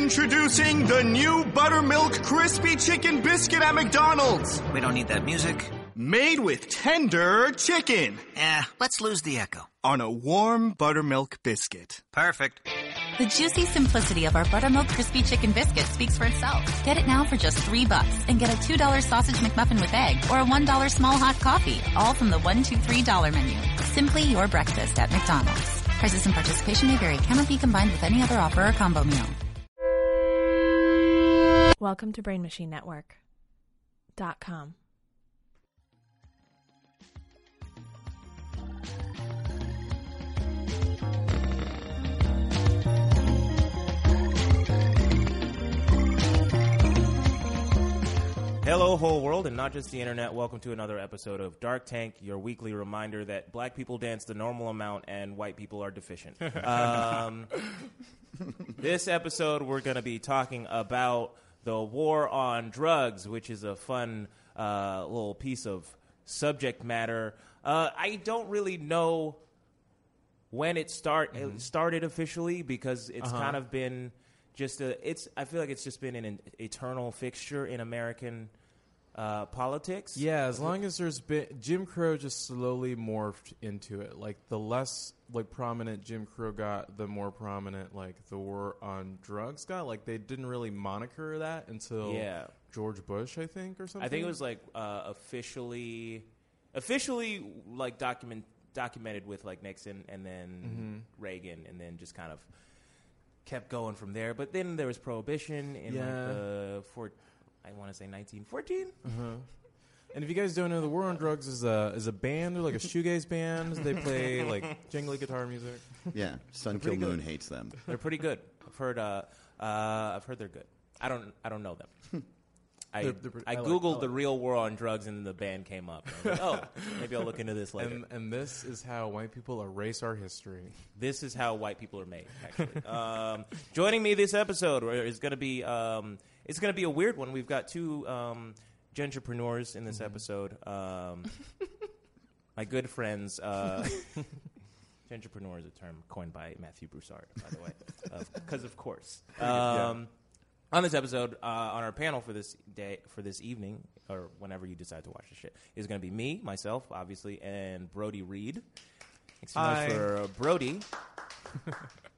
Introducing the new buttermilk crispy chicken biscuit at McDonald's. We don't need that music. Made with tender chicken Eh, let's lose the echo. on a warm buttermilk biscuit. Perfect. The juicy simplicity of our buttermilk crispy chicken biscuit speaks for itself. Get it now for just three bucks and get a two dollar sausage McMuffin with egg or a one dollar small hot coffee, all from the one two three dollar menu. Simply your breakfast at McDonald's. Prices and participation may vary. Cannot be combined with any other offer or combo meal. Welcome to Brain Machine Network. Dot com. Hello, whole world, and not just the internet. Welcome to another episode of Dark Tank, your weekly reminder that black people dance the normal amount and white people are deficient. um, this episode, we're going to be talking about the war on drugs, which is a fun uh, little piece of subject matter. Uh, I don't really know when it start it started officially because it's kind of been just a it's I feel like it's just been an eternal fixture in American uh, politics. Yeah, as long as there's been Jim Crow just slowly morphed into it. Like the less like prominent Jim Crow got, the more prominent like the war on drugs got. Like they didn't really moniker that until Yeah. George Bush, I think, or something. I think it was like uh, officially officially like document documented with like Nixon and then Mm-hmm. Reagan and then just kind of kept going from there. But then there was prohibition in Yeah. Mm-hmm. like the four, I want to say 1914. And if you guys don't know, the War on Drugs is a is a band. They're like a shoegaze band. They play like jingly guitar music. Yeah, Sun Kill Moon hates them. They're pretty good. I've heard. Uh, uh, I've heard they're good. I don't. I don't know them. I, Hmm. They're- they're pretty- I I like- googled I the like- real war on drugs and the band came up. I was like, oh, maybe I'll look into this later. And and this is how white people erase our history. this is how white people are made. Actually, um, joining me this episode where is going to be um, it's going to be a weird one. We've got two um, gentrepreneurs in this episode. Um, my good friends. Uh, gentrepreneur is a term coined by Matthew Broussard, by the way, because of course. Um, on this episode, uh, on our panel for this day, for this evening, or whenever you decide to watch the shit, is going to be me, myself, obviously, and Brody Reed. Thanks so Hi. much for uh, Brody.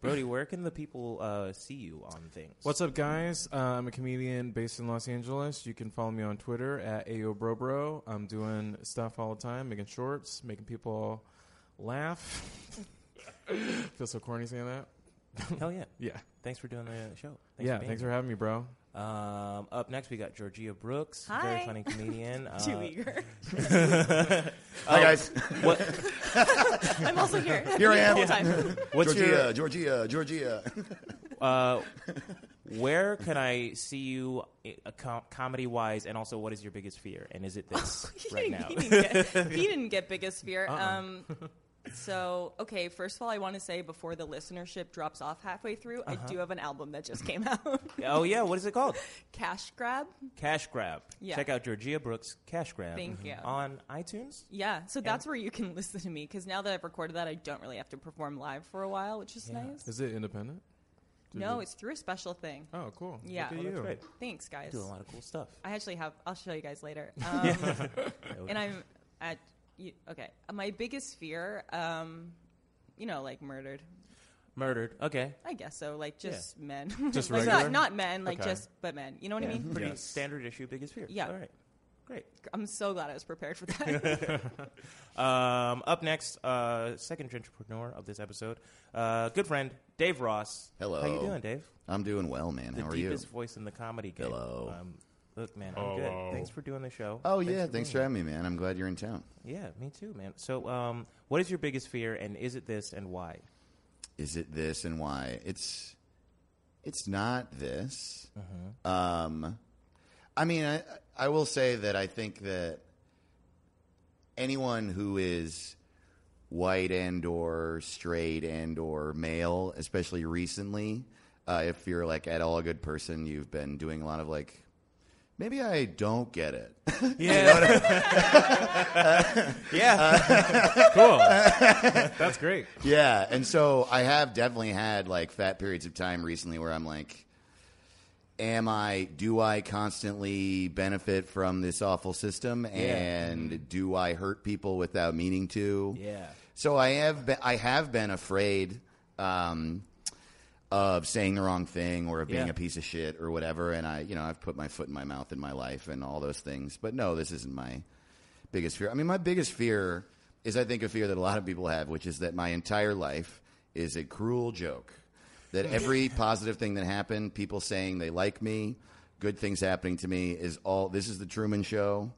Brody, where can the people uh, see you on things? What's up, guys? Uh, I'm a comedian based in Los Angeles. You can follow me on Twitter at aobrobro. I'm doing stuff all the time, making shorts, making people laugh. Feel so corny saying that. hell yeah? Yeah, Thanks for doing the show. yeah. being Thanks here. for having me, bro. Um, up next, we got Georgia Brooks, very Hi. funny comedian. Uh, Too eager. Hi guys, what, I'm also here. here I The whole am. time. what's Georgia, your Georgia, Georgia. Uh, where can I see you uh, com- comedy wise? And also, what is your biggest fear? And is it this he, right didn't, now? Uh-uh. he didn't get, he didn't get biggest fear. Um, so, okay, first of all, I want to say before the listenership drops off halfway through, I Uh-huh. do have an album that just came out oh, yeah. What is it called? Cash Grab. Cash Grab. Yeah. Check out Georgia Brooks' Cash Grab Thank you. on iTunes. Yeah, so that's where you can listen to me because now that I've recorded that, I don't really have to perform live for a while, which is nice. Is it independent? No, it's through a special thing. Oh, cool. Yeah. Look at Well, you. That's great. Thanks, guys. Do a lot of cool stuff. I actually have. I'll show you guys later. Um, and I'm at. You, okay, my biggest fear, um, you know, like murdered. Murdered. Okay. I guess so. Like Yeah. just men. Just like regular? not, not men. Like Okay. just but men. You know what I mean? Pretty Yes. standard issue, biggest fear. Yeah. All right. Great. I'm so glad I was prepared for that. Um, up next, uh, second entrepreneur of this episode, uh, good friend Dave Ross. Hello. How you doing, Dave? I'm doing well, man. the How are you? deepest voice in the comedy game. Hello. Um, look, man, I'm good. Thanks for doing the show. Oh yeah, thanks for being having me, man. I'm glad you're in town. here. Yeah, me too, man. So, um, what is your biggest fear, and is it this, and why? Is it this and why? It's it's not this. Um, I mean, I I will say that I think that anyone who is white and or straight and or male, especially recently, uh, if you're like at all a good person, you've been doing a lot of like. Maybe I don't get it. cool. That's great. yeah, and so I have definitely had like fat periods of time recently where I'm like, am I do I constantly benefit from this awful system and do I hurt people without meaning to? Yeah. So I have been, I have been afraid um, of saying the wrong thing or of being Yeah. a piece of shit or whatever and I you know I've put my foot in my mouth in my life and all those things. But no, this isn't my biggest fear. I mean, my biggest fear is I think a fear that a lot of people have, which is that my entire life is a cruel joke. That every positive thing that happened, people saying they like me, good things happening to me is all this is the Truman show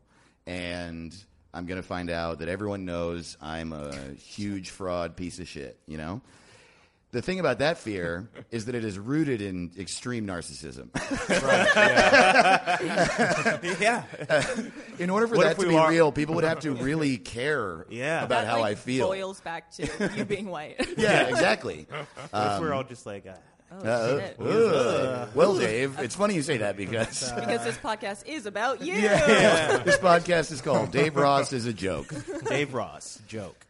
and I'm going to find out that everyone knows I'm a huge fraud piece of shit, you know? The thing about that fear is that it is rooted in extreme narcissism. yeah. in order for What if that to we be are- real, people would have to really care Yeah. about that, how like, I feel. boils back to you being white. Yeah, exactly. What if we're all just like, uh, oh, Uh, shit. uh, well, Dave, it's funny you say that because because this podcast is about you. this podcast is called Dave Ross is a Joke. Dave Ross joke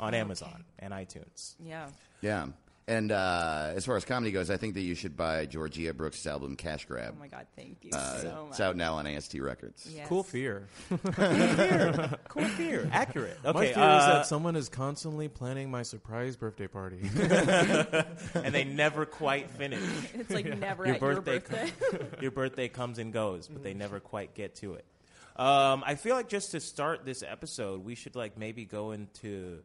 on Amazon and iTunes. Yeah. Yeah. And uh, as far as comedy goes, I think that you should buy Georgia Brooks' album Cash Grab. Oh my god, thank you Uh, so much. it's out now on AST Records. Yes. Cool fear. Cool fear. Accurate. Okay. My fear is uh, that someone is constantly planning my surprise birthday party. and they never quite finish. It's like never Your at birthday your birthday. Your birthday comes and goes, but they never quite get to it. Um, I feel like just to start this episode, we should like maybe go into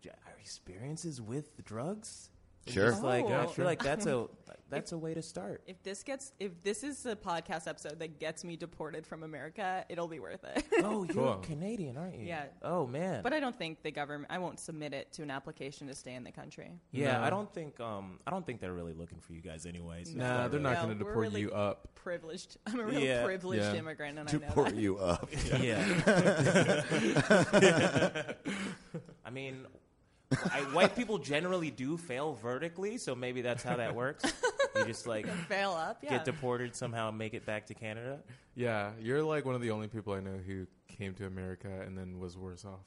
j- our experiences with drugs. And Sure. Just like Oh. I feel like that's a that's a way to start. if this gets if this is a podcast episode that gets me deported from America, it'll be worth it. Oh, you're Cool. Canadian, aren't you? Yeah. Oh man. but I don't think the government I won't submit it to an application to stay in the country. yeah, No. I don't think um I don't think they're really looking for you guys anyways. nah, they're not No, going to we're deport really- you up. Privileged. I'm a real Yeah. privileged Yeah. immigrant and To I know pour that. you up. Yeah. I mean, I, white people generally do fail vertically, so maybe that's how that works. You just like Fail up, yeah. get deported somehow, make it back to Canada. Yeah, you're like one of the only people I know who came to America and then was worse off.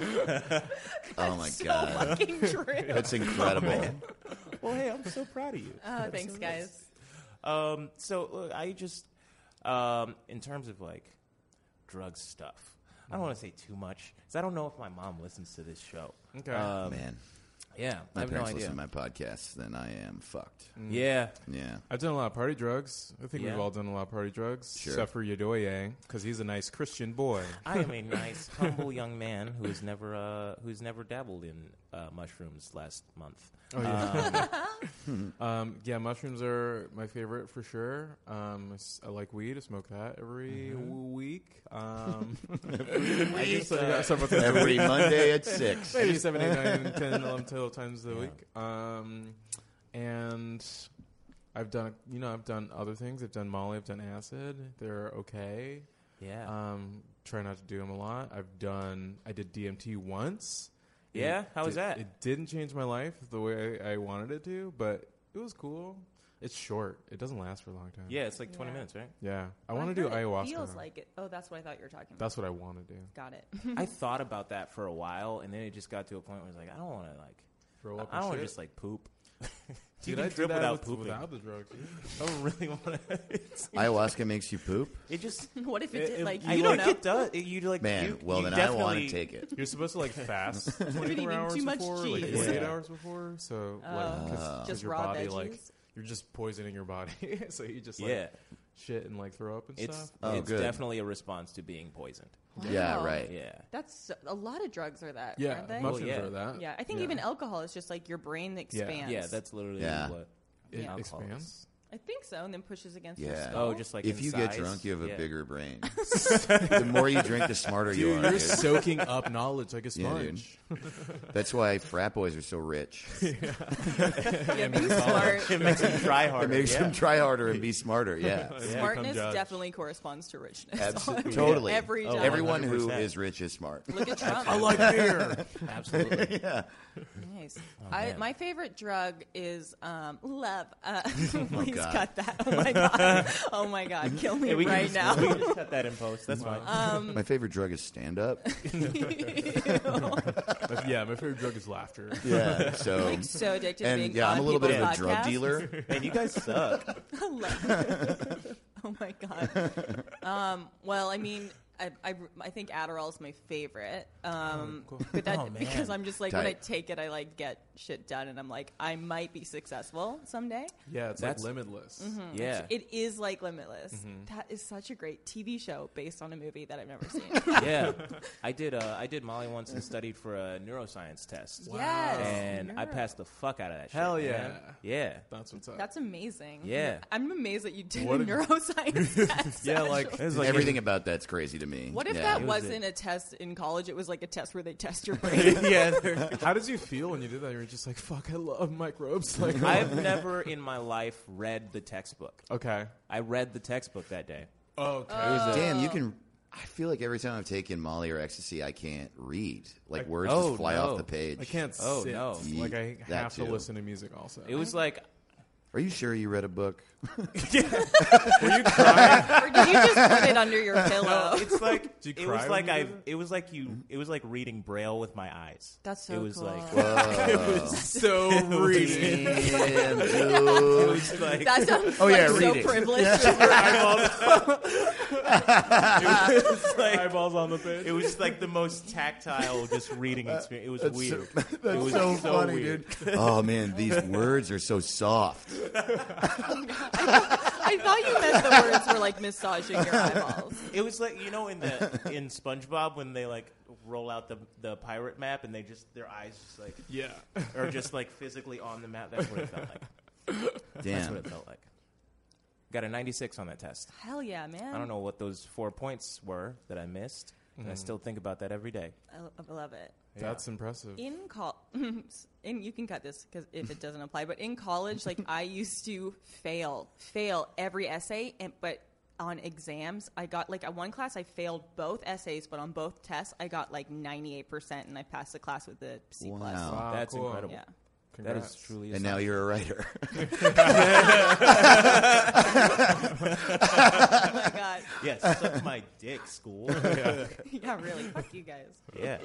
Oh my so God. fucking true. That's incredible. Well, hey, I'm so proud of you. Uh, thanks guys. Um, so look, I just, um, in terms of like drug stuff, I don't want to say too much because I don't know if my mom listens to this show. Okay. Uh, Um, Oh, Man, yeah, I my have no parents idea. listen Mm. to my podcasts, then I am fucked. yeah, Yeah. I've done a lot of party drugs. I think Yeah. we've all done a lot of party drugs. Sure. Except for Yodoye, because he's a nice Christian boy. I am a nice, humble young man who's never uh, who's never dabbled in uh, mushrooms last month. Uh, Oh, yeah. Um, yeah, mushrooms are my favorite for sure. Um, I s- I like weed. I smoke that every Mm-hmm. week. Um, I just, I got several times a week. Every Monday at 6. Maybe 7, 8, 9, 10, 11 total times a week. Um, and I've done, you know, I've done other things. I've done Molly. I've done acid. They're okay. Yeah. Um, try not to do them a lot. I've done. I did DMT once. Yeah? It How was did- that? It didn't change my life the way I, I wanted it to, but it was cool. It's short. It doesn't last for a long time. yeah, it's like 20 Yeah. minutes, right? Yeah. I want to do heard it ayahuasca. Feels like it. Oh, that's what I thought you were talking about. That's what I want to do. Got it. I thought about that for a while, and then it just got to a point where I was like, I don't want to like, Throw up I don't and want to shit. just like poop. you Dude, can I did drip that without with- pooping. without the drugs. dude. I don't really want to. Ayahuasca makes you poop? It just what if it, did like I you don't like know? It does. It- you like Man, you- well, you then I want to definitely- take it. You're supposed to like fast 24 eating hours too much before, like cheese. 48 Yeah. hours before. So like, Oh. 'cause- Uh. 'cause Just your raw body like veggies? you're just poisoning your body. so you just like Yeah, shit and like throw up and it's stuff. Oh, it's good. definitely a response to being poisoned. Yeah, Wow. right. Yeah, That's so, a lot of drugs are that, Yeah, aren't they? mushrooms yeah. are that. yeah, I think even alcohol is just like your brain expands. yeah, that's literally Yeah. what it alcohol is. expands. I think so, and then pushes against your Yeah. skull. Oh, just like if in you get size. drunk, you have a Yeah. bigger brain. the more you drink, the smarter you Dude, are. you're Dude. soaking up knowledge like a Yeah, dude. sponge. That's why frat boys are so rich. yeah, being smart. It makes them try harder. It makes yeah. them try harder and be smarter. Yeah. Smartness judge. definitely corresponds to richness. Absolutely. Yeah. Totally. Every job. Everyone who 100%. is rich is smart. Look at Trump. I like beer. Absolutely. yeah. Nice. I, my favorite drug is um, love. Uh, please Oh, God. cut that. Oh my god. Oh my god. Kill me Yeah, we can right just, now. We can just cut that in post. That's fine. Uh-huh. My favorite drug is stand up. But yeah, my favorite drug is laughter. Yeah. So like so addicted to being and yeah, on I'm a little bit of a people's drug podcasts. dealer. Man, you guys suck. oh my god. Um, well, I mean, I, I, I think Adderall is my favorite. Oh, Um, but that, Oh, man. because I'm just like when I Tight. take it, I like get shit done, and I'm like, I might be successful someday. Yeah, it's That's- like limitless. Mm-hmm. Yeah. It is like Limitless. Mm-hmm. That is such a great TV show based on a movie that I've never seen. yeah. I did. Uh, I did Molly once and studied for a neuroscience test. Yes. And I Neuro. passed the fuck out of that shit. Hell man. Yeah. That's what's up. That's amazing. Yeah. I'm amazed that you did What a if- neuroscience test. yeah, like, It was like Everything about that's crazy to me. What if Yeah. that It was wasn't a- a test in college? It was like a test where they test your brain. yeah. how did you feel when you did that? You were just like, "Fuck, I love microbes." Like, I've never in my life read the textbook. okay, I read the textbook that day. Oh. okay, Damn, you can. I feel like every time I've taken Molly or ecstasy, I can't read. Like words oh, just fly no. off the page. I can't. Oh, sit. no. Like, I That have to too. listen to music. Also, It was like Are you sure you read a book? or did you just put it under your No, pillow? it's like Oh. Did you it cry was when like you I. did it? It was like you. It was like reading braille with my eyes. That's so It was cool. like so reading. Damn, it dude. was like That sounds Oh, like yeah, so read it. privileged. eyeballs on the page. it was just like the most tactile just reading experience. It was weird. it That's was so funny, weird. dude. Oh man, these words are so soft. I thought you meant the words were like massaging your eyeballs. It was like you know in the in SpongeBob when they like roll out the the pirate map and they just their eyes just like Yeah, are just like physically on the map. That's what it felt like. That's what Damn. it felt like. Got a 96 on that test. Hell yeah, man. I don't know what those four points were that I missed, and I still think about that every day. I, lo- I love it. that's impressive. In col, in you can cut this because if it doesn't apply. But in college, like I used to fail, fail every essay, and but on exams, I got like at one class I failed both essays, but on both tests I got like ninety eight percent, and I passed the class with a C plus. Wow. Wow, That's cool. incredible. Yeah. That is Congrats. truly. And now you're a writer. Oh my god. yes, suck my dick, school. yeah, really. Fuck you guys. yeah.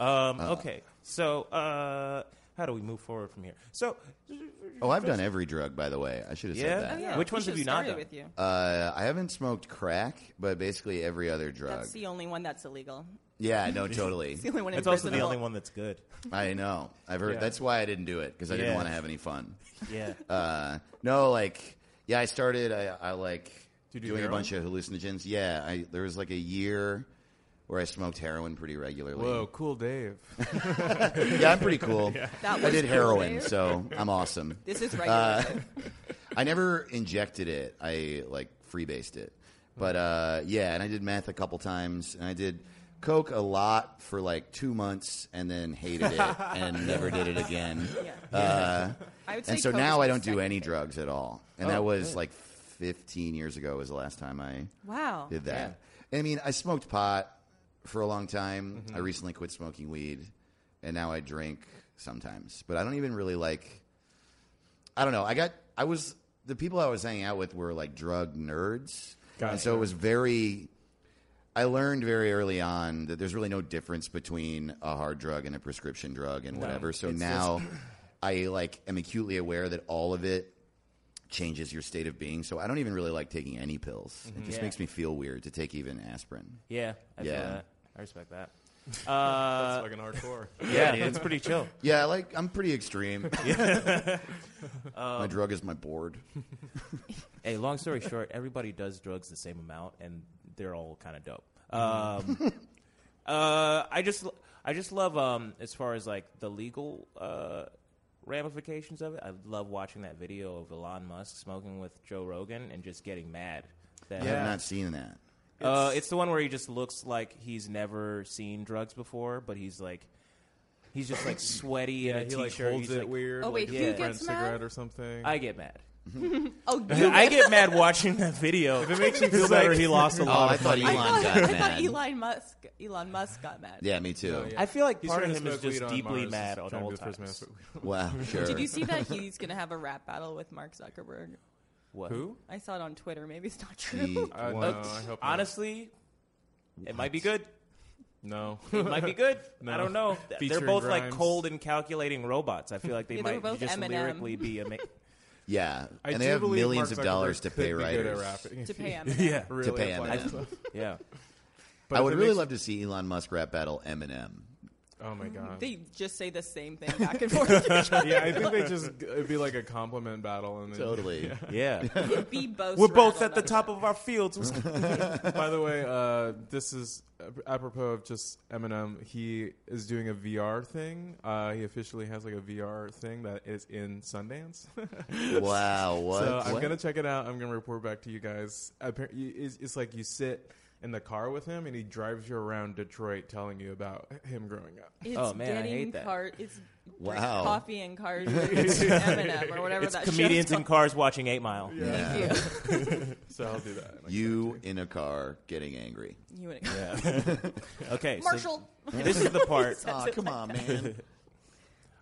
Um, okay. So, uh, how do we move forward from here? So, Oh, I've done every drug, by the way. I should have Yeah? said that. Oh, yeah. Which We ones have should've you not started done? With you. Uh, I haven't smoked crack, but basically every other drug. That's the only one that's illegal. yeah, no, totally. It's the only one. it's also the imprisonable. only one that's good. I know. I've heard. Yeah. That's why I didn't do it because I Yeah. didn't want to have any fun. Yeah. Uh, no, like yeah, I started. I, I like you do doing a heroin? bunch of hallucinogens. Yeah, I, there was like a year where I smoked heroin pretty regularly. Whoa, cool, Dave. Yeah, I'm pretty cool. That I was did cool, heroin, Dave. so I'm awesome. This is regular. Uh, I never injected it. I like freebased it. But uh, yeah, and I did meth a couple times, and I did coke a lot for like two months, and then hated it and never did it again. Uh, I would say and so Coke now is I my don't do second any favorite. drugs at all. And that was like 15 years ago was the last time I Wow. did that. I mean, I smoked pot for a long time. I recently quit smoking weed, and now I drink sometimes. But I don't even really like. I don't know. I got. I was the people I was hanging out with were like drug nerds, and so it was very. I learned very early on that there's really no difference between a hard drug and a prescription drug and whatever. So now, I like am acutely aware that all of it changes your state of being. So I don't even really like taking any pills. Mm-hmm. It just Yeah. makes me feel weird to take even aspirin. Yeah. I feel Yeah. that. I respect that. Uh, Fucking hardcore. yeah, it's pretty chill. Yeah, I like I'm pretty extreme. Um, my drug is my board. Hey, long story short, everybody does drugs the same amount, and they're all kind of dope. Mm-hmm. Um, uh, I just, I just love um, as far as like the legal uh, ramifications of it. I love watching that video of Elon Musk smoking with Joe Rogan and just getting mad. That I have Yeah. not seen that. uh, it's the one where he just looks like he's never seen drugs before, but he's like, he's just like sweaty in a he like t-shirt. holds He's it like, weird. Oh, wait, like, who a gets cigarette mad? or something. I get mad. Oh, you I get mad watching that video. If it makes me feel better, he lost a Oh, lot. I of thought Elon money. I got thought mad. Elon Musk. Elon Musk got mad. Yeah, me Oh, too. I feel like He's part of trying to him is smoke weed just on deeply Mars. mad He's on trying to all be the times. first man to smoke weed. Wow, sure. Did you see that he's gonna have a rap battle with Mark Zuckerberg? What? Who? I saw it on Twitter. Maybe it's not true. He- Uh, no, Look, I hope not. honestly, it might be good. no. It might be good. No. I don't know. They're Featuring both like Grimes. cold and calculating robots. I feel like they Yeah, they were might both just Eminem. lyrically be amazing. yeah, I and they do have believe millions Mark of dollars Zuckerberg to could pay be good at writers. rapping if to he pay him. yeah, really pay him. applied I- himself. yeah. But I if would it really makes- love to see Elon Musk rap battle Eminem. Oh my god. They just say the same thing back and forth. yeah, I think they just it'd be like a compliment battle, and then, Totally. Yeah, Be both. we're both rattled at the up. top of our fields. By the way, uh, this is ap- apropos of just Eminem. He is doing a VR thing. Uh, he officially has like a VR thing that is in Sundance. Wow. What? so I'm What? gonna check it out. I'm gonna report back to you guys. Appar- y- It's it's like you sit in the car with him, and he drives you around Detroit, telling you about him growing up. It's Oh, man, I getting hate that. Car- it's drink Wow. coffee and cars with Eminem or whatever it's that comedians show's in cars watching Eight Mile. Yeah. called. So I'll do that. You in a car getting angry. You and Okay, so Marshall. this is the part. Oh, come on, man.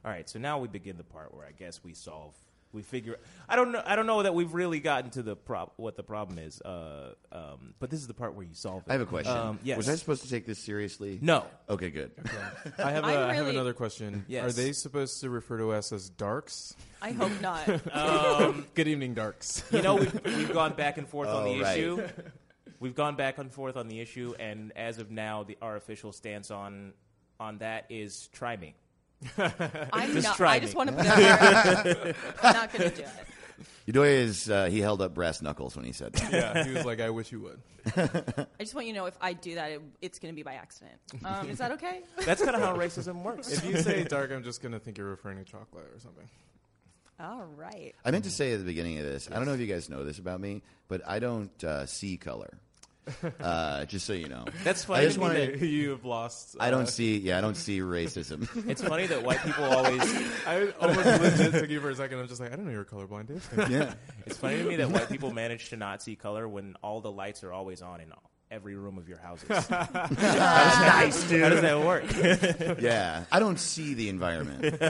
All right, so now we begin the part where I guess we solve, we figure. I don't know. I don't know that we've really gotten to the prop. What the problem is. Uh, um, but this is the part where you solve it. I have a question. Um, yes. Was I supposed to take this seriously? no. Okay, good. I have, a, I'm I have really- another question. Yes. Are they supposed to refer to us as darks? I hope not. Good evening, darks. You know, we've, we've gone back and forth on Oh, the right. issue. We've gone back and forth on the issue, and as of now, the, our official stance on on that is try me. I'm Just not. try I me. just want to put it out there. I'm not going to do it. You know, is, uh, he held up brass knuckles when he said that. yeah, he was like, I wish you would. I just want you to know if I do that, it, it's going to be by accident. Um, is that okay? That's kind of how racism works. If you say dark, I'm just gonna think you're referring to chocolate or something. All right. I meant to say at the beginning of this, I don't know if you guys know this about me, but I don't uh, see color. Uh, just so you know. That's funny. I just to me wanna- that- you have lost. I don't see, yeah, I don't see racism. It's funny that white people always. I almost legit took you for a second. I'm just like, I don't know you're colorblind, dude. yeah. It's funny to me that white people manage to not see color when all the lights are always on in every room of your houses. How does that- How does that work? Yeah. I don't see the environment.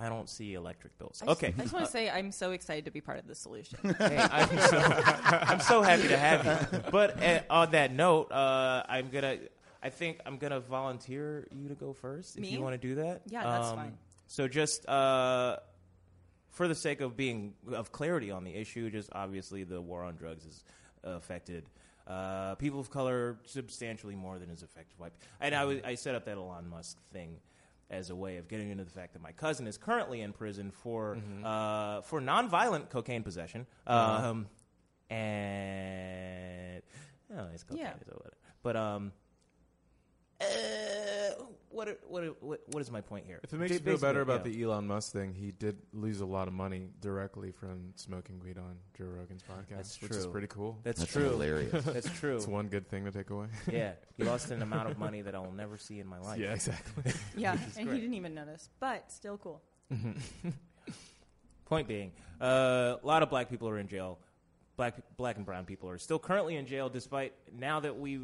I don't see electric bills. I just- Okay. Uh, I just want to say I'm so excited to be part of the solution. Hey, I'm, so, I'm so happy to have you. But uh, on that note, uh, I'm gonna. I think I'm gonna volunteer you to go first if Me? you want to do that. Um, Yeah, that's fine. So just uh, for the sake of being of clarity on the issue, just obviously the war on drugs has affected uh, people of color substantially more than is affected white. pe- And I, was, I set up that Elon Musk thing as a way of getting into the fact that my cousin is currently in prison for uh, for nonviolent cocaine possession. Um, And oh, it's cocaine, Yeah. so whatever. But um. Uh, what, are- what, are- what what is my point here? If it makes you feel better about the Elon Musk thing, he did lose a lot of money directly from smoking weed on Joe Rogan's podcast, That's which is true. pretty cool. that's, That's true. hilarious. That's true. It's one good thing to take away. Yeah, he lost an amount of money that I'll never see in my life. yeah, exactly. Yeah, and he didn't even notice, but still cool. Point being, uh, a lot of black people are in jail. Black, black and brown people are still currently in jail, despite now that we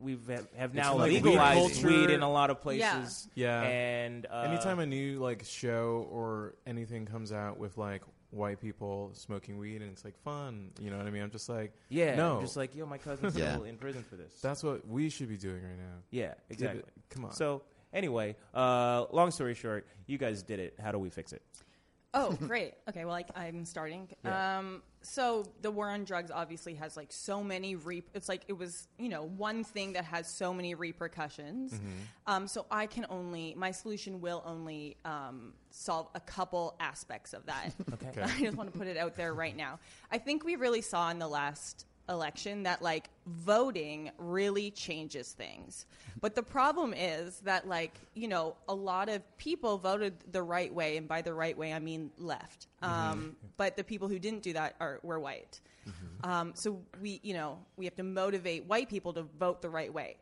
we've have, have now Mm-hmm. like weed legalized culture. weed, in a lot of places. Yeah. Yeah. and uh, Anytime a new like show or anything comes out with like white people smoking weed and it's like fun, you know what I mean? I'm just like, yeah, no, I'm just like yo, my cousin's Yeah. still in prison for this. that's what we should be doing right now. yeah, exactly. it. Come on. So anyway, uh, long story short, you guys did it. How do we fix it? Oh, great. Okay, well, like I'm starting. Yeah. Um, so the war on drugs obviously has like so many re. It's like it was you know one thing that has so many repercussions. Mm-hmm. Um, so I can only my solution will only um, solve a couple aspects of that. Okay. I just want to put it out there right now. I think we really saw in the last election that like voting really changes things. But the problem is that like, you know, a lot of people voted the right way and by the right way I mean left. Um, but the people who didn't do that are were white. Um, so we, you know, we have to motivate white people to vote the right way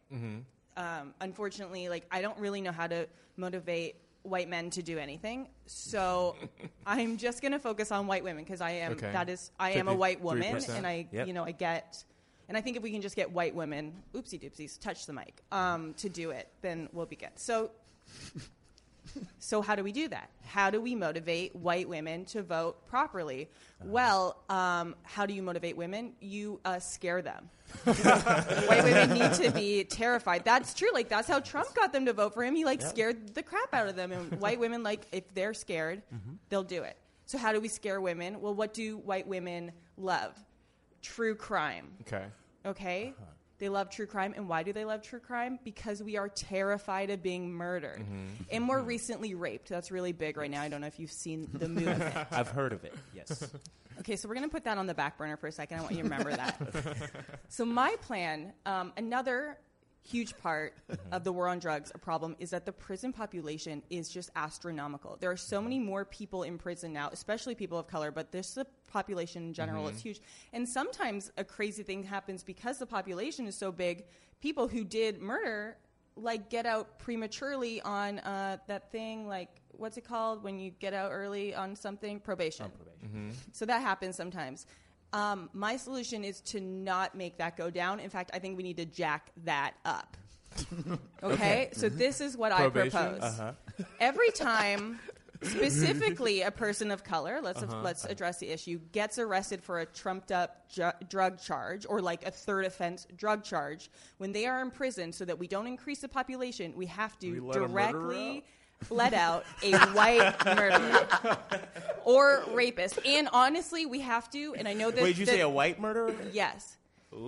um, unfortunately, like I don't really know how to motivate white men to do anything. So I'm just going to focus on white women because I am Okay. that is I am a white woman 53%. and I Yep. you know I get and I think if we can just get white women oopsie doopsies touch the mic um, to do it then we'll be good. So so how do we do that? How do we motivate white women to vote properly? Well, um, how do you motivate women? You uh, scare them. white women need to be terrified. That's true. Like that's how Trump got them to vote for him. He like scared the crap out of them. And white women like if they're scared, they'll do it. So how do we scare women? Well, what do white women love? True crime. Okay. Okay? They love true crime. And why do they love true crime? Because we are terrified of being murdered. And more recently, raped. That's really big right now. I don't know if you've seen the movement. I've heard of it. Yes. Okay, so we're going to put that on the back burner for a second. I want you to remember that. so, my plan, um, another huge part of the war on drugs, a problem, is that the prison population is just astronomical. There are so many more people in prison now, especially people of color, but this the population in general is huge. And sometimes a crazy thing happens because the population is so big, people who did murder like get out prematurely on uh, that thing like what's it called when you get out early on something probation so that happens sometimes. Um, my solution is to not make that go down. In fact, I think we need to jack that up. Okay, so this is what Mm-hmm. Probation? Uh-huh. I propose. Every time, specifically a person of color, let's Uh-huh. let's address the issue, gets arrested for a trumped up ju- drug charge or like a third offense drug charge, when they are in prison, so that we don't increase the population, we have to We let a murderer directly let out a white murderer or rapist. And honestly, we have to. And I know this. Wait, did you the- say a white murderer? Yes.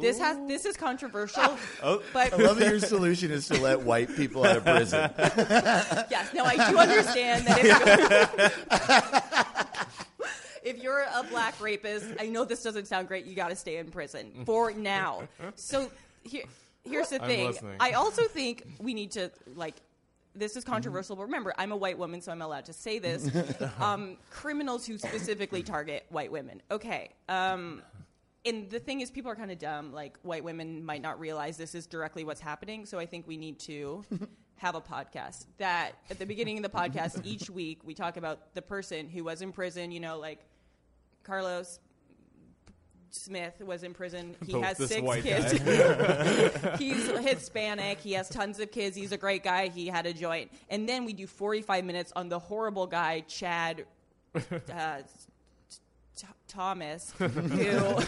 This has this is controversial, Oh, but I love that your solution is to let white people out of prison. yes, no, I do understand that if you're, if you're a black rapist, I know this doesn't sound great. You got to stay in prison for now. So here, here's the I'm thing. listening. I also think we need to like. This is controversial, but remember, I'm a white woman, so I'm allowed to say this. Um, criminals who specifically target white women. Okay. Um, and the thing is, people are kind of dumb. Like, white women might not realize this is directly what's happening. So I think we need to have a podcast that at the beginning of the podcast, each week, we talk about the person who was in prison, you know, like Carlos Smith was in prison. He Both has this six white kids. He's Hispanic. He has tons of kids. He's a great guy. He had a joint. And then we do 45 minutes on the horrible guy, Chad uh, T- Thomas, who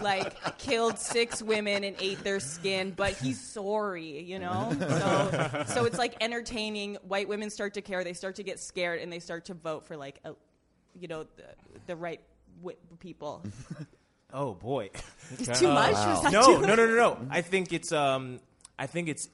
like killed six women and ate their skin, but he's sorry, you know. So, so it's like entertaining. White women start to care. They start to get scared, and they start to vote for like, a, you know, the, the right wi- people. Oh boy. It's too much. Was that No, too no, no, no, no. I think it's um, I think it's.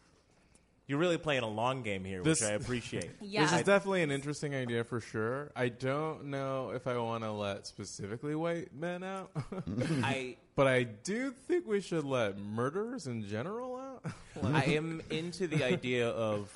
You're really playing a long game here, This- which I appreciate. Yeah. This is definitely an interesting idea for sure. I don't know if I want to let specifically white men out, I but I do think we should let murderers in general out. I am into the idea of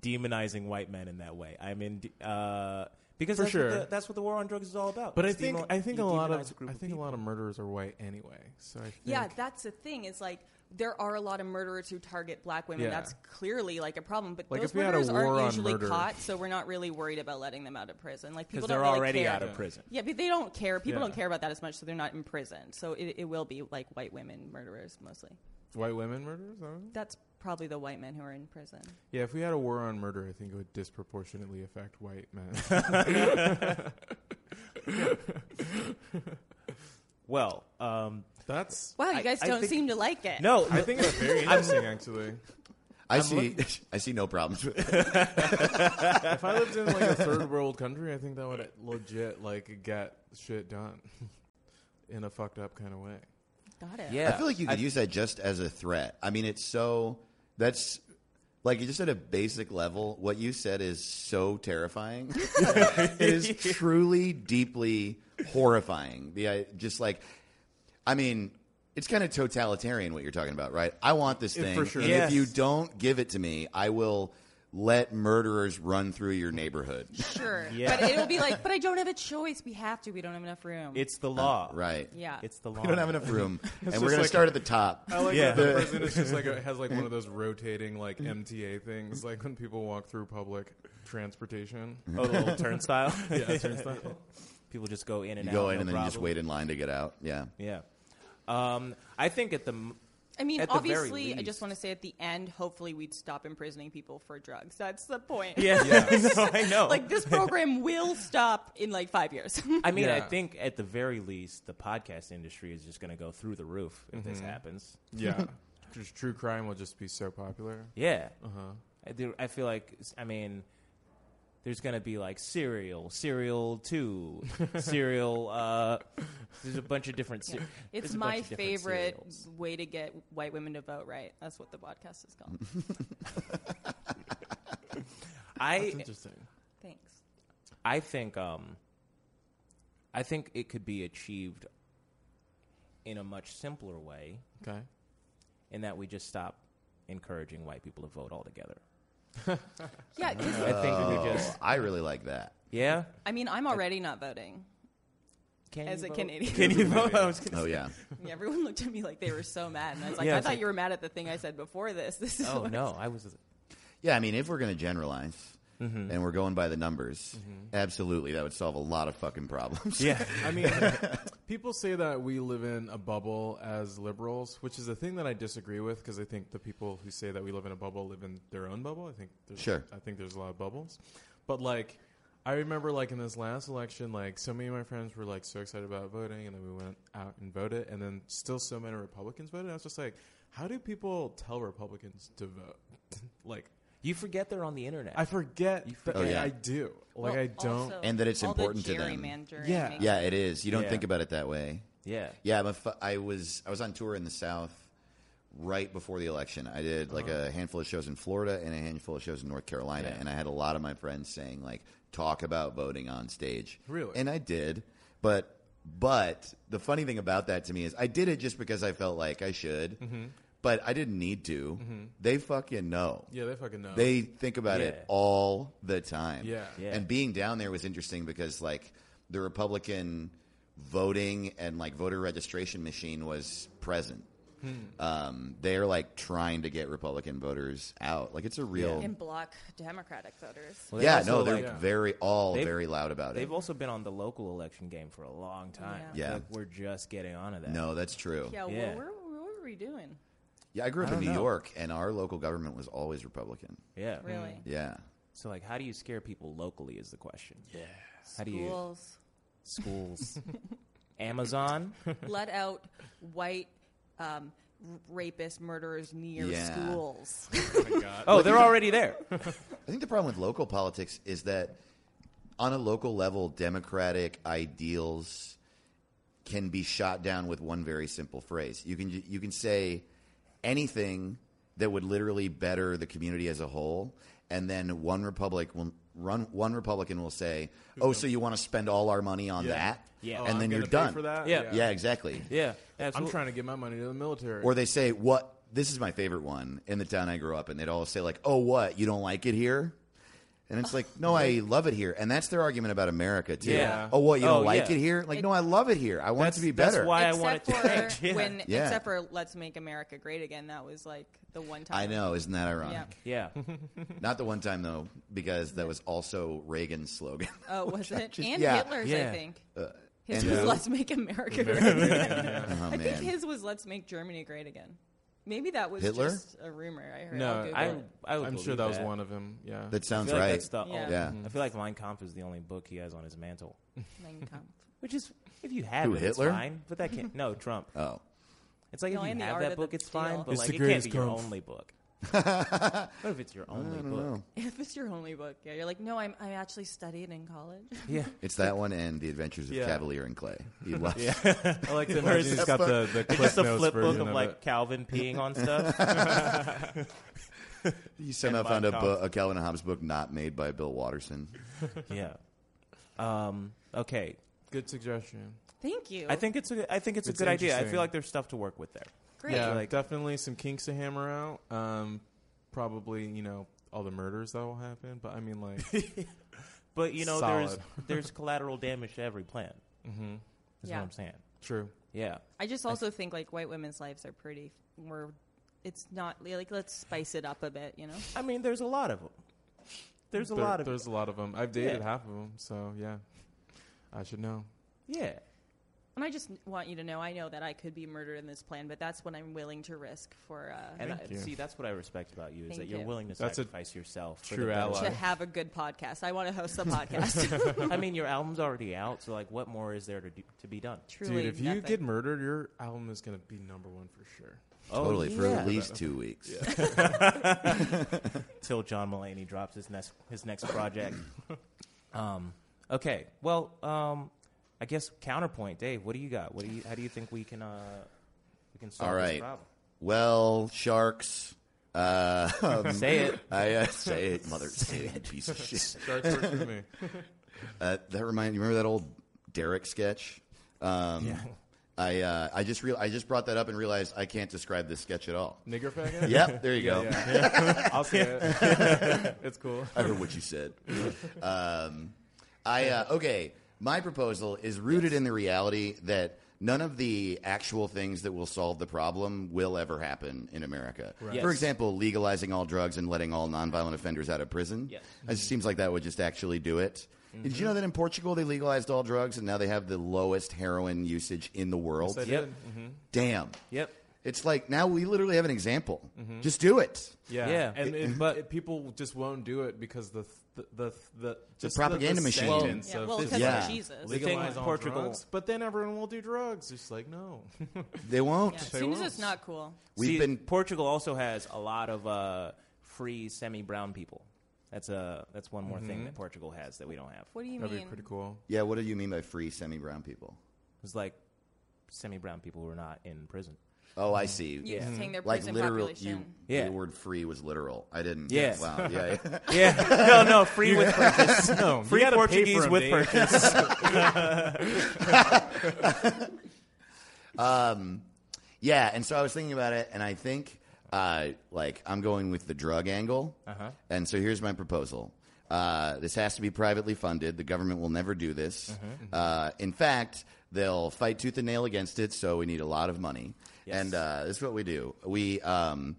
demonizing white men in that way. I'm in uh, because For that's sure. what the, that's what the war on drugs is all about. But I It's think demon- I think a you lot demonize of group I think a people. lot of murderers are white anyway. So I think Yeah, that's the thing. Is like there are a lot of murderers who target black women. Yeah. That's clearly like a problem. But Like, those if we had a murderers war on aren't usually murder- caught, so we're not really worried about letting them out of prison. Like people because don't they're really already care. out of prison. Yeah, but they don't care. People Yeah. don't care about that as much, so they're not in prison. So it, it will be like white women murderers mostly. white women murderers. I don't know. That's probably the white men who are in prison. Yeah, if we had a war on murder, I think it would disproportionately affect white men. Well, um, that's Wow, you I- guys I don't think- seem to like it. no, I think it's very interesting actually. I see. I see no problems with it. If I lived in like a third world country, I think that would legit like get shit done in a fucked up kind of way. Got it. yeah, I feel like you could use that just as a threat. I mean, it's so that's like just at a basic level. What you said is so terrifying. it is truly, deeply horrifying. The I- just like, I mean, it's kind of totalitarian what you're talking about, right? I want this Yeah, thing, for sure. and Yes. if you don't give it to me, I will let murderers run through your neighborhood. Sure. Yeah. But it'll be like, but I don't have a choice. We have to. We don't have enough room. it's the law, Uh, Right? yeah. It's the law. We don't have enough room, and we're just going like- to start at the top. I like Yeah. that the prison is just like a, has like one of those rotating like MTA things, like when people walk through public. transportation. Oh, the little turnstile. yeah, turnstile. People just go in and You out. go in no and then you just problem. wait in line to get out. Yeah. Yeah. Um, I think at the m- I mean, At the very obviously, I least. just want to say at the end, hopefully, we'd stop imprisoning people for drugs. That's the point. yeah, yeah. I know. like this program will stop in like five years. I mean, I Yeah. think at the very least, the podcast industry is just going to go through the roof if Mm-hmm. this happens. Yeah. just true crime will just be so popular. Yeah. Uh-huh. I, do, I feel like, I mean, there's going to be like Serial, Serial 2, Serial. Uh, there's a bunch of different. Se- it's there's a bunch my of different favorite serials. way to get white women to vote right. That's what the podcast is called. I, Interesting. Thanks. I think um, I think it could be achieved in a much simpler way, Okay. in that we just stop encouraging white people to vote altogether. Yeah, 'cause- I think we just I really like that. yeah. I mean, I'm already not voting Can as you a vote? Canadian. Can you vote? I was gonna Oh yeah. Yeah, Everyone looked at me like they were so mad, and I was like, Yeah, I it's thought like- you were mad at the thing I said before this. This is Oh what- no, I was. Yeah, I mean, if we're going to generalize Mm-hmm. and we're going by the numbers, absolutely, that would solve a lot of fucking problems. Yeah, I mean, people say that we live in a bubble as liberals, which is a thing that I disagree with because I think the people who say that we live in a bubble live in their own bubble. I think there's, Sure. I think there's a lot of bubbles, but like. I remember, like in this last election, like so many of my friends were like so excited about voting, and then we went out and voted, and then still so many Republicans voted. I was just like, how do people tell Republicans to vote? like, you forget they're on the internet. I forget that forget. I, I do. Like, Well, I don't. also, And that it's all the important to them. gerrymandering Yeah. makes- Yeah, it is. You don't Yeah. think about it that way. yeah, Yeah, I'm a fu- I was I was on tour in the South right before the election. I did like a handful of shows in Florida and a handful of shows in North Carolina, Yeah. and I had a lot of my friends saying like, "Talk about voting on stage." Really? And I did, but but the funny thing about that to me is I did it just because I felt like I should, but I didn't need to. They fucking know. yeah, they fucking know. They think about Oh. Yeah. it all the time. Yeah. Yeah. And being down there was interesting because like the Republican voting and like voter registration machine was present. Hmm. Um, they're like trying to get Republican voters out. Like it's a real and block Democratic voters. Well, they yeah. also, no, they're like, Yeah. very all They've- very loud about it. They've also been on the local election game for a long time. Yeah. Yeah. Like, we're just getting onto that. No, that's true. Yeah, Yeah, well, Yeah. Where, where, what were we doing? I grew up I in don't New know. York, and our local government was always Republican. yeah, Really? Yeah. So like, how do you scare people locally? Is the question. Yeah. How do you Schools schools? Amazon. Uh, let out white um, r- rapists, murderers near Yeah. schools. Oh, they're already there. I think the problem with local politics is that on a local level, democratic ideals can be shot down with one very simple phrase. You can you can say anything that would literally better the community as a whole, and then one republic will run one Republican will say, "Oh, so you want to spend all our money on that?" Yeah. Oh, and I'm then you're gonna pay done. for that? Yeah. Yeah. exactly. Yeah, I'm absolutely. trying to get my money to the military. Or they say, "What?" This is my favorite one in the town I grew up in. They'd all say like, "Oh, what? You don't like it here?" And it's like, "No, I love it here." And that's their argument about America too. Yeah. Oh, what? You Oh, don't like yeah. it here? Like, It- no, I love it here. I want it to be That's better. why I want it except to for change. Yeah. when, Yeah. except for "Let's Make America Great Again." That was like the one time. I know, isn't that Yeah. ironic? yeah. Not the one time though, because that was also Reagan's slogan. Oh, was it? just- And yeah. Uh, Hitler's, Yeah. I think. his and- was Yeah. "Let's Make America Great Again." oh I think man, his was "Let's Make Germany Great Again." Maybe that was Hitler? just a rumor I heard. No, I'll Google I, it. I would I'm sure believe that was one of them. Yeah. that I sounds feel like right. that's the Yeah. only- yeah. I feel like Mein Kampf is the only book he has on his mantle. Mein Kampf. Which is, if you have Who, it, it's Hitler? fine. But that can't. No, Trump. Oh, It's like No, if and you the have Art that of the book, it's fine. Deal. But Uh, It's like, the it can't greatest be your Kampf. only book. Oh. what if it's your only book? If it's your only book, yeah, you're like, no, I'm, I actually studied in college. Yeah. it's that one and the Adventures of Yeah. Cavalier and Clay. You love I like to Where is imagine he's that got the, the clip Just a notes flip version book of of like it. Calvin peeing on stuff. You somehow Mein found a, Kampf. bu- a Calvin and Hobbes book not made by Bill Watterson. yeah. Um, okay. Good suggestion. Thank you. I think it's a. I think it's a It's good idea. I interesting. feel like there's stuff to work with there. great. Yeah, Like- definitely some kinks to hammer out. Um, probably you know all the murders that will happen, but I mean like But you know, there's Solid. there's collateral damage to every plan. Mm-hmm. That's Yeah. what I'm saying. true. Yeah. I just also think like white women's lives are pretty. We're, it's not like let's spice it up a bit, you know. I mean, there's a lot of them. There's a There- lot of there's it. a lot of them. I've dated Yeah. half of them, so yeah, I should know. Yeah. And I just want you to know, I know that I could be murdered in this plan, but that's what I'm willing to risk for uh, And I, Thank you. see, that's what I respect about you is Thank that you're you. willing to That's a sacrifice yourself. for true the better. ally. to have a good podcast. I want to host the podcast. I mean, your album's already out, so like, what more is there to do, to be done? Truly, Dude, if you nothing. get murdered, your album is gonna be number one for sure. Oh, totally for yeah. at least two weeks. till John Mulaney drops his next his next project. um, okay, well, um, I guess counterpoint, Dave. What do you got? What do you? How do you think we can uh, we can solve All this right. problem? Well, sharks. Uh, um, Say it. I uh, say it, mother. Say it, piece of shit. Dark work for me. Uh, that reminds you remember that old Derek sketch? Um, I uh, I just real I just brought that up and realized I can't describe this sketch at all. Nigger faggot. Yep, there you go. Yeah. I'll say it. it's cool. I heard what you said. um, I uh, okay. My proposal is rooted in the reality that none of the actual things that will solve the problem will ever happen in America. Yes. For example, legalizing all drugs and letting all nonviolent offenders out of prison. Yes. It just seems like that would just actually do it. Did Mm-hmm. you know that in Portugal they legalized all drugs and now they have the lowest heroin usage in the world? Said Yep. it. Damn. Yep. It's like now we literally have an example. Just do it. Yeah. Yeah. And it, But- but people just won't do it because the the the, the just propaganda machine. Well, sentence yeah, of well, just because Yeah. of Jesus. The thing with all Portugal- drugs, but then everyone will do drugs. It's like no. They won't. Yeah, as soon as it's not cool, We've See, been Portugal also has a lot of uh, free semi-brown people. That's a that's one more Mm-hmm. thing that Portugal has that we don't have. what do you That'd be mean? pretty cool. Yeah, what do you mean by free semi brown people? It's like semi-brown people who are not in prison. Oh, Mm-hmm. I see. You're saying their Like prison literal you population. Yeah. the word free was literal. I didn't Yes. wow, yeah. yeah. Yeah, no, no, free with purchase. No, Free Portuguese with purchase. Yeah, and so I was thinking about it and I think uh, like I'm going with the drug angle. Uh-huh. And so here's my proposal. Uh, this has to be privately funded. The government will never do this. Uh, in fact, they'll fight tooth and nail against it, so we need a lot of money. And uh, this is what we do. We um,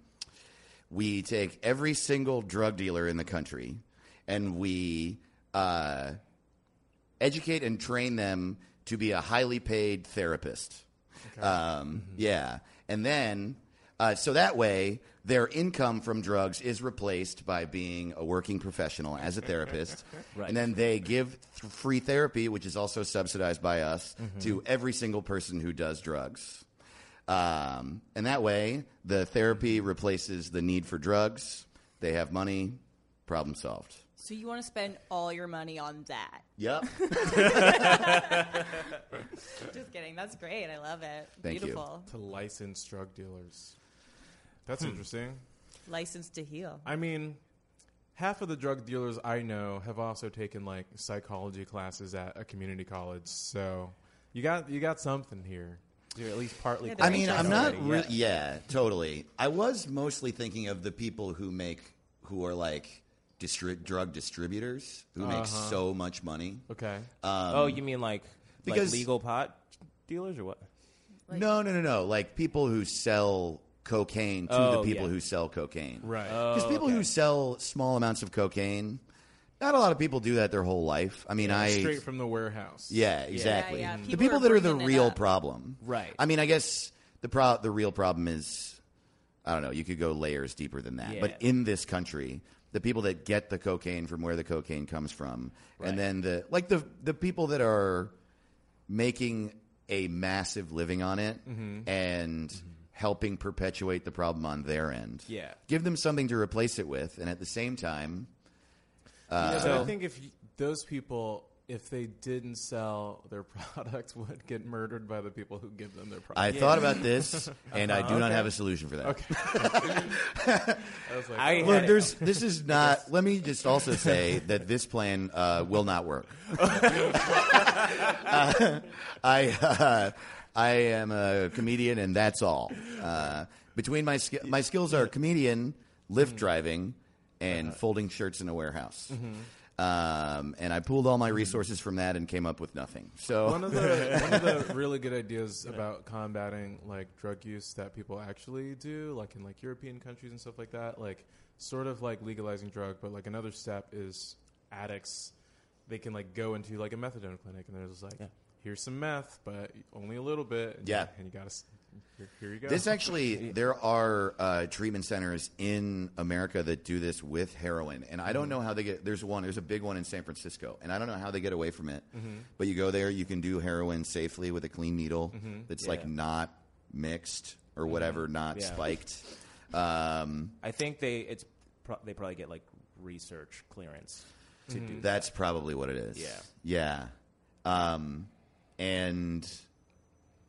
we take every single drug dealer in the country and we uh, educate and train them to be a highly paid therapist. Um, Yeah. And then, uh, so that way, their income from drugs is replaced by being a working professional as a therapist. And then they give th- free therapy, which is also subsidized by us, to every single person who does drugs. Um, and that way, the therapy replaces the need for drugs. They have money, problem solved. So you want to spend all your money on that? Yep. Just kidding. That's great. I love it. Thank you. Beautiful. to licensed drug dealers. That's interesting. License to heal. I mean, half of the drug dealers I know have also taken like psychology classes at a community college. So you got you got something here. You're at least partly. Yeah, I They're mean, interested I'm not already, really. Yeah, totally. I was mostly thinking of the people who make, who are like distri- drug distributors who make so much money. Okay. oh, you mean like um, because- like legal pot dealers or what? no, no, no, no. Like people who sell cocaine to the Oh, people yeah. who sell cocaine. Right. Because people who sell small amounts of cocaine, not a lot of people do that their whole life. I mean, I Straight from the warehouse. Yeah, exactly. yeah. The People people are that are the bringing it real up. problem. Right. I mean, I guess the pro- the real problem is I don't know, you could go layers deeper than that. But Yeah. in this country, the people that get the cocaine from where the cocaine comes from and then the like the the people that are making a massive living on it Mm-hmm. and helping perpetuate the problem on their end. Yeah. Give them something to replace it with and at the same time Yeah, but So- I think if you, those people, if they didn't sell their products, would get murdered by the people who give them their I products. thought about this and I Uh-huh. do not have a solution for that. I, was like, I Look, had it. there's this is not. Let me just also say that this plan uh, will not work. Uh, I uh, I am a comedian, and that's all. Uh, between my sk- my skills are comedian, lift driving, Uh-huh. and folding shirts in a warehouse. Mm-hmm. Um, and I pooled all my resources from that and came up with nothing. So one of the one of the really good ideas about combating like drug use that people actually do, like in like European countries and stuff like that, like sort of like legalizing drug, but like another step is addicts. They can like go into like a methadone clinic, and they're just like, "Here's some meth, but only a little bit." And Yeah. and you gotta s- here, here you go. This actually, there are uh, treatment centers in America that do this with heroin, and I Mm-hmm. don't know how they get. There's one. There's a big one in San Francisco, and I don't know how they get away from it. Mm-hmm. But you go there, you can do heroin safely with a clean needle that's like Mm-hmm. Yeah. Mm-hmm. not mixed or whatever, not Yeah. spiked. Um, I think they it's pro- they probably get like research clearance to do that. That's probably what it is. Yeah. Yeah. Um, and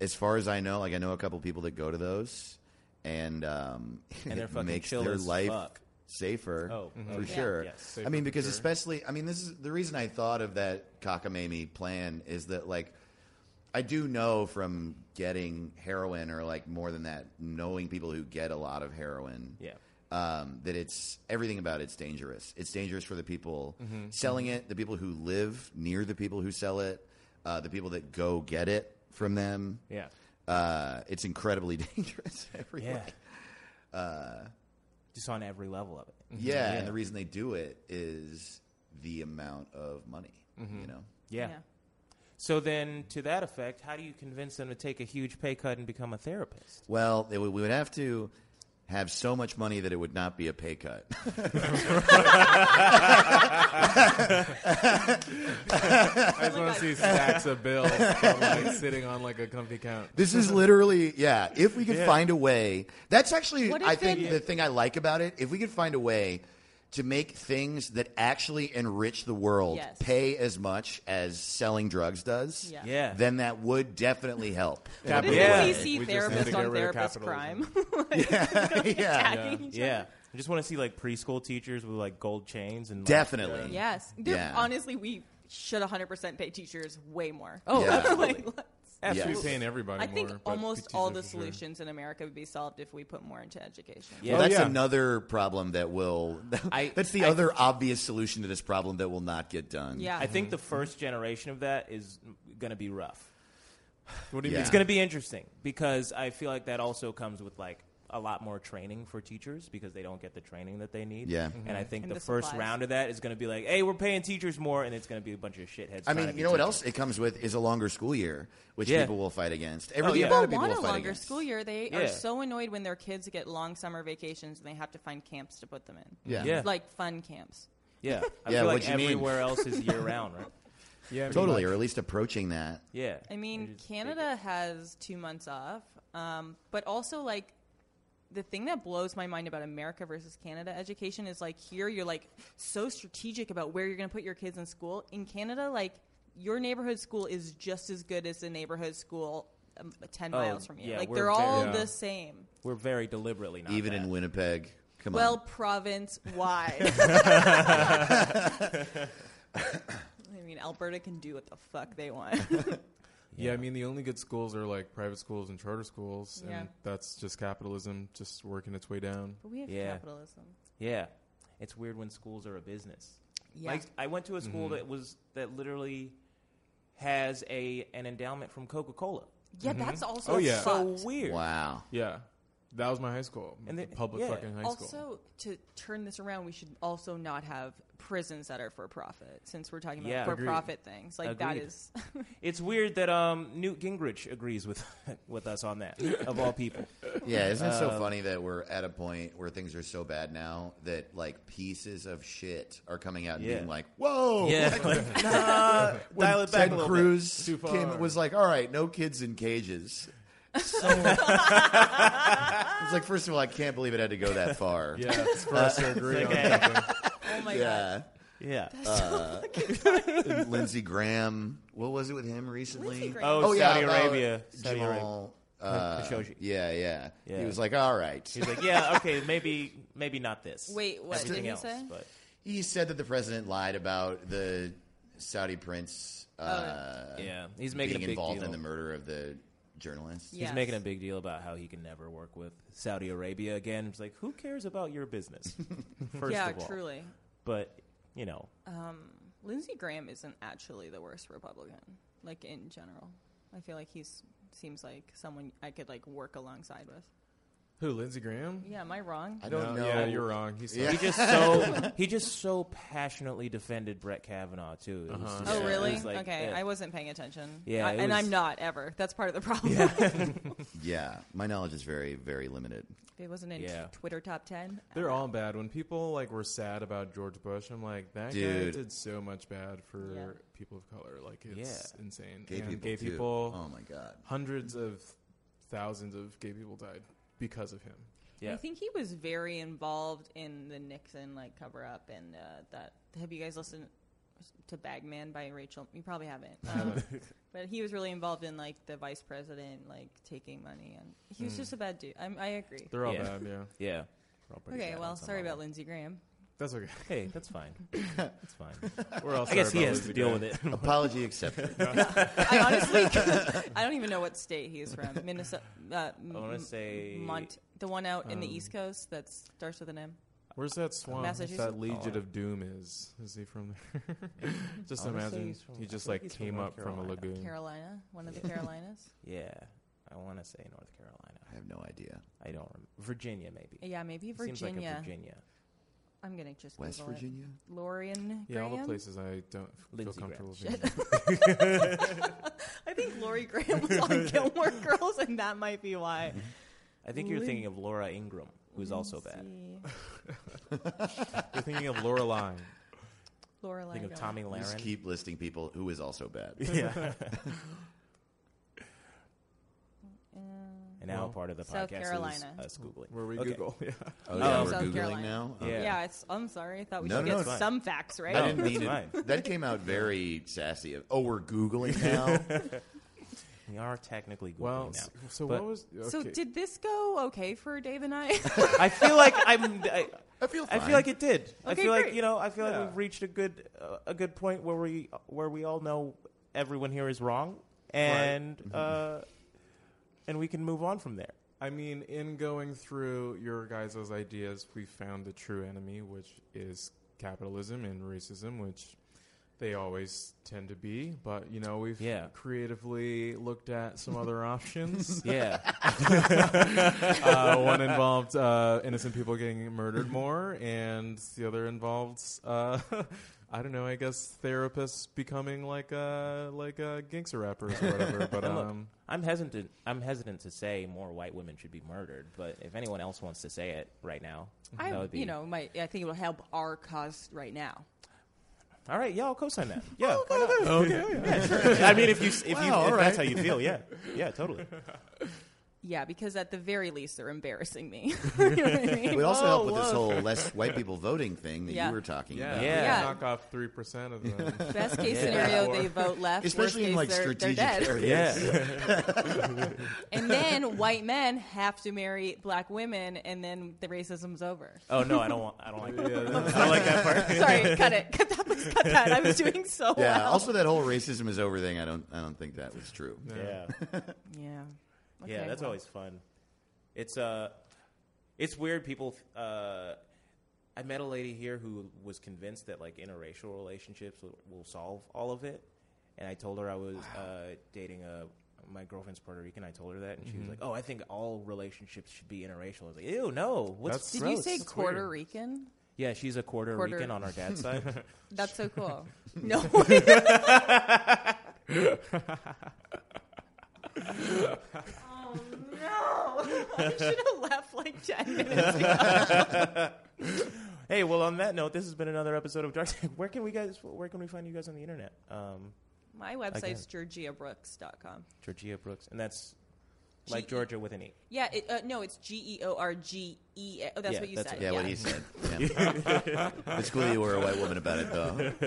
as far as I know, like I know a couple people that go to those, and um, And they're it fucking makes chill their as life fuck. safer. Oh, for okay. sure. Yes. I Safer mean, for because sure. especially, I mean, this is the reason I thought of that cockamamie plan is that like. I do know from getting heroin, or like more than that, knowing people who get a lot of heroin, Yeah. um, that it's everything about it's dangerous. It's dangerous for the people Mm-hmm. selling it, the people who live near the people who sell it, uh, the people that go get it from them. Yeah. Uh, it's incredibly dangerous every Yeah. Mm-hmm. way. Just on every level of it. Yeah, and the reason they do it is the amount of money. Mm-hmm. You know, Yeah. So then, to that effect, how do you convince them to take a huge pay cut and become a therapist? well, they would, we would have to have so much money that it would not be a pay cut. I just want to see stacks of bills from, like sitting on like a company account. This is literally, yeah. If we could find a way, that's actually, What I if think, it- the thing I like about it. If we could find a way to make things that actually enrich the world Yes. pay as much as selling drugs does, Yeah. Yeah. then that would definitely help. What is Yeah. We PC just need to therapist get on rid of therapist capitalism. crime? yeah, Attacking each other. Yeah. I just want to see like preschool teachers with like gold chains and like, definitely. Yes. There- Yeah. Honestly, we should 100% pay teachers way more. Oh, Yeah. Like, let's- Absolutely Yes. paying everybody I think more, but almost teachers all for the sure. solutions in America would be solved if we put more into education. Oh, Yeah. Well, that's yeah. another problem that will. I- that's the I- other obvious solution to this problem that will not get done. Yeah. I think the first generation of that is going to be rough. What do you Yeah. mean? It's going to be interesting because I feel like that also comes with like a lot more training for teachers because they don't get the training that they need. Yeah. Mm-hmm. And I think And the, the first supplies. round of that is going to be like, hey, we're paying teachers more, and it's going to be a bunch of shitheads. I trying to mean, be you know what teachers. else it comes with is a longer school year, which Yeah. Oh, people will fight against. Every, a yeah. lot People of people want will a fight longer against. school year. They Yeah. are so annoyed when their kids get long summer vacations and they have to find camps to put them in. Yeah. Yeah. Like fun camps. Yeah. I Yeah, feel what like you mean. everywhere else is year round, right? Yeah, I mean, Totally, like- or at least approaching that. Yeah. I mean, Canada has two months off, um, but also like the thing that blows my mind about America versus Canada education is like here you're like so strategic about where you're going to put your kids in school. In Canada, like your neighborhood school is just as good as the neighborhood school um, ten Oh, miles from you. yeah, like we're they're all very- Yeah. the same. We're very deliberately not even that. in Winnipeg. Come Well, on. province wide. I mean, Alberta can do what the fuck they want. Yeah. I mean, the only good schools are like private schools and charter schools, Yeah. and that's just capitalism just working its way down. but we have Yeah. capitalism. Yeah, it's weird when schools are a business. Yeah. Like I went to a school Mm-hmm. that was that literally has a an endowment from Coca Cola. Yeah, that's also Oh, yeah. So fucked. weird. wow. Yeah, that was my high school, And they- public yeah. fucking high school. Also, to turn this around, we should also not have prisons that are for profit, since we're talking about Yeah. for Agreed. profit things. Like that Agreed. is It's weird that um, Newt Gingrich agrees with with us on that of all people. Yeah, isn't it so um, funny that we're at a point where things are so bad now that like pieces of shit are coming out and Yeah. being like, "Whoa!" Yeah, like, nah, dial it back Ted a little Cruz Too came far. was like, "All right, no kids in cages." So it's like, first of all, I can't believe it had to go that far. Yeah, it's for us to agree on something. oh my god. Yeah. bit. Yeah. Oh, Lindsey Graham. What was it with him recently? Lindsey Graham. oh, Saudi uh, Arabia. Saudi Arabia. Jamal. Uh, Khashoggi. yeah, yeah, Yeah. He was like, "All right." He's like, yeah, okay, maybe maybe not this. Wait, what did Everything he else, say? but He said that the president lied about the Saudi prince Oh, uh, yeah, he's making being a big involved deal. in the murder of the journalist. Yeah. He's Yes. making a big deal about how he can never work with Saudi Arabia again. It's like, who cares about your business? First yeah, of all, truly. But you know, Lindsey Graham isn't actually the worst Republican, like in general. I feel like he's seems like someone I could like work alongside with. Who? Lindsey Graham? Uh, Yeah, am I wrong? I don't know. Yeah, you're wrong. He's Yeah. He just so he just so passionately defended Brett Kavanaugh too. It was Uh-huh. just- Oh, it really? was like, okay, yeah. I wasn't paying attention. Yeah, I- it and was- I'm not ever. That's part of the problem. Yeah, my knowledge is very, very limited. it wasn't in Yeah. Twitter top ten. They're all bad. When people like were sad about George Bush, I'm like, that Dude. guy did so much bad for Yeah. people of color. Like, it's Yeah. insane. Gay And people. gay too. people, Oh my god. hundreds of thousands of gay people died because of him. Yeah. I think he was very involved in the Nixon like cover up and uh, that. Have you guys listened to Bagman by Rachel? You probably haven't. Um, but he was really involved in like the vice president like taking money and he Hmm. was just a bad dude. I'm, I agree. They're all Yeah. bad, yeah. yeah. Okay, well, sorry about Lindsey Graham. That's okay. Hey, that's fine. That's fine. We're all I guess sorry he about has to Lindsey deal Graham. with it. Apology accepted. I honestly, I don't even know what state he's from. Minnesota. Uh, I want to say um, Mont, the one out in the East Coast that starts with an M. Where's that swamp Massachusetts? that Oh, Legion of Doom is? Is he from there? just imagine he's from- he I just think like he's from came North up from a Carolina. lagoon. Carolina, one of the Carolinas. Yeah, I want to say North Carolina. I have no idea. I don't remember. Virginia, maybe. Yeah, maybe Seems like Virginia. a Virginia. I'm gonna just West Google it. Virginia. Lorian Yeah, all the Graham? places I don't feel Lindsey comfortable Graham. being. I think Lori Graham was on Gilmore Girls, and that might be why. I think you're thinking of Laura Ingram, who's also bad. You're thinking of Lorelai. Laura Think of Tommy Just Lahren. keep listing people who is also bad. Yeah. and now Well, part of the South podcast Carolina. is us googling. Where we Okay. Google. Yeah. Oh, yeah, Um, we're South googling Carolina. now. Oh. Yeah. Yeah, it's. I'm sorry. I thought we No, should no, get it's fine. some facts right. I No, didn't that's mean fine. it. That came out very sassy. Of, oh, we're googling now. We are technically googling Well, now. s- so But- what was? Okay. So did this go okay for Dave and I? I feel like I'm. I, I feel. I fine. feel like it did. I Okay, feel like great. you know. I feel Yeah. like we've reached a good uh, a good point where we where we all know everyone here is wrong, and uh, and we can move on from there. I mean, in going through your guys' ideas, we found the true enemy, which is capitalism and racism, which they always tend to be. But, you know, we've Yeah. creatively looked at some other options. Yeah, Uh, one involved uh, innocent people getting murdered more, and the other involved, uh, I don't know, I guess therapists becoming like a, like a gangster rappers or whatever. But, And look, um, I'm hesitant. I'm hesitant to say more white women should be murdered, but if anyone else wants to say it right now, that I, would be you know, my, I think it will help our cause right now. All right, yeah, I'll co-sign that. Yeah, why not? yeah, sure. I mean, if you if you Wow, all if that's how right. you feel, yeah, yeah, totally. Yeah, because at the very least, they're embarrassing me. You know what I mean? It would also help with this Oh, Whoa, whole less white people voting thing that Yeah. you were talking yeah, about. we Yeah. knock off 3% of them. Best case scenario, Or- they vote left. Especially in Worst case, like they're, strategic they're areas. dead. Yeah, And then white men have to marry black women, and then the racism's over. Oh no, I don't want. I don't like. That. I don't like that part. Sorry, cut it. Cut that. Please cut that. I was doing so Yeah, well. Also, that whole racism is over thing. I don't. I don't think that was true. Yeah, yeah. yeah, Okay, that's well. always fun. It's uh, it's weird. People. Uh, I met a lady here who was convinced that like interracial relationships will, will solve all of it, and I told her I was uh, dating a. My girlfriend's Puerto Rican. I told her that, and she was like, "Oh, I think all relationships should be interracial." I was like, "Ew, no." What's That's- Did you Gross. say That's Puerto weird. Rican? yeah? She's a quarter, Quarter- Rican on her dad's side. That's so cool. no. oh no! I should have left like ten minutes ago. hey, well, on that note, this has been another episode of Dark. Side. Where can we guys? Where can we find you guys on the internet? Um, My website's georgiabrooks.com. Georgia Brooks, and that's like G- Georgia with an E. Yeah, it, uh, no, it's G E O R G E. A- Oh, that's Yeah, what you that's said. Yeah, what he said. Yeah. it's cool you were a white woman about it, though.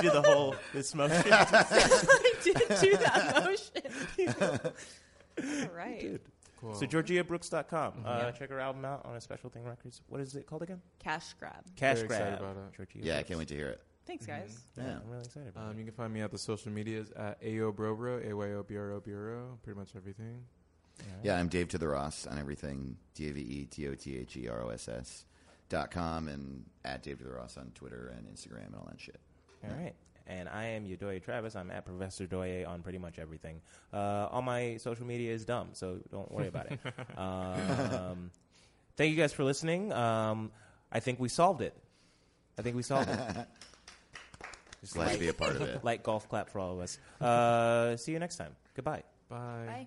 do the whole this smoke shit. I didn't do that motion. All right. So GeorgiaBrooks.com. Uh, Check her album out on a special thing records. What is it called again? Cash grab. Cash Very Grab. excited about it. Georgia Yeah, I Brooks. can't wait to hear it. Thanks, guys. Yeah. I'm really excited about Um, you can find me at the social medias at aobrobro, a-y-o-b-r-o bureau, pretty much everything. Yeah, I'm Dave to the Ross on everything. D A V E T O T H E R O S S dot com and at Dave to the Ross on Twitter and Instagram and all that shit. it. All right. And I am Yodoye Travis. I'm at Professor Doye on pretty much everything. Uh, all my social media is dumb, so don't worry about it. um, thank you guys for listening. Um, I think we solved it. I think we solved it. Just Glad to be a part of it. like golf clap for all of us. Uh, see you next time. Goodbye. Bye. Bye.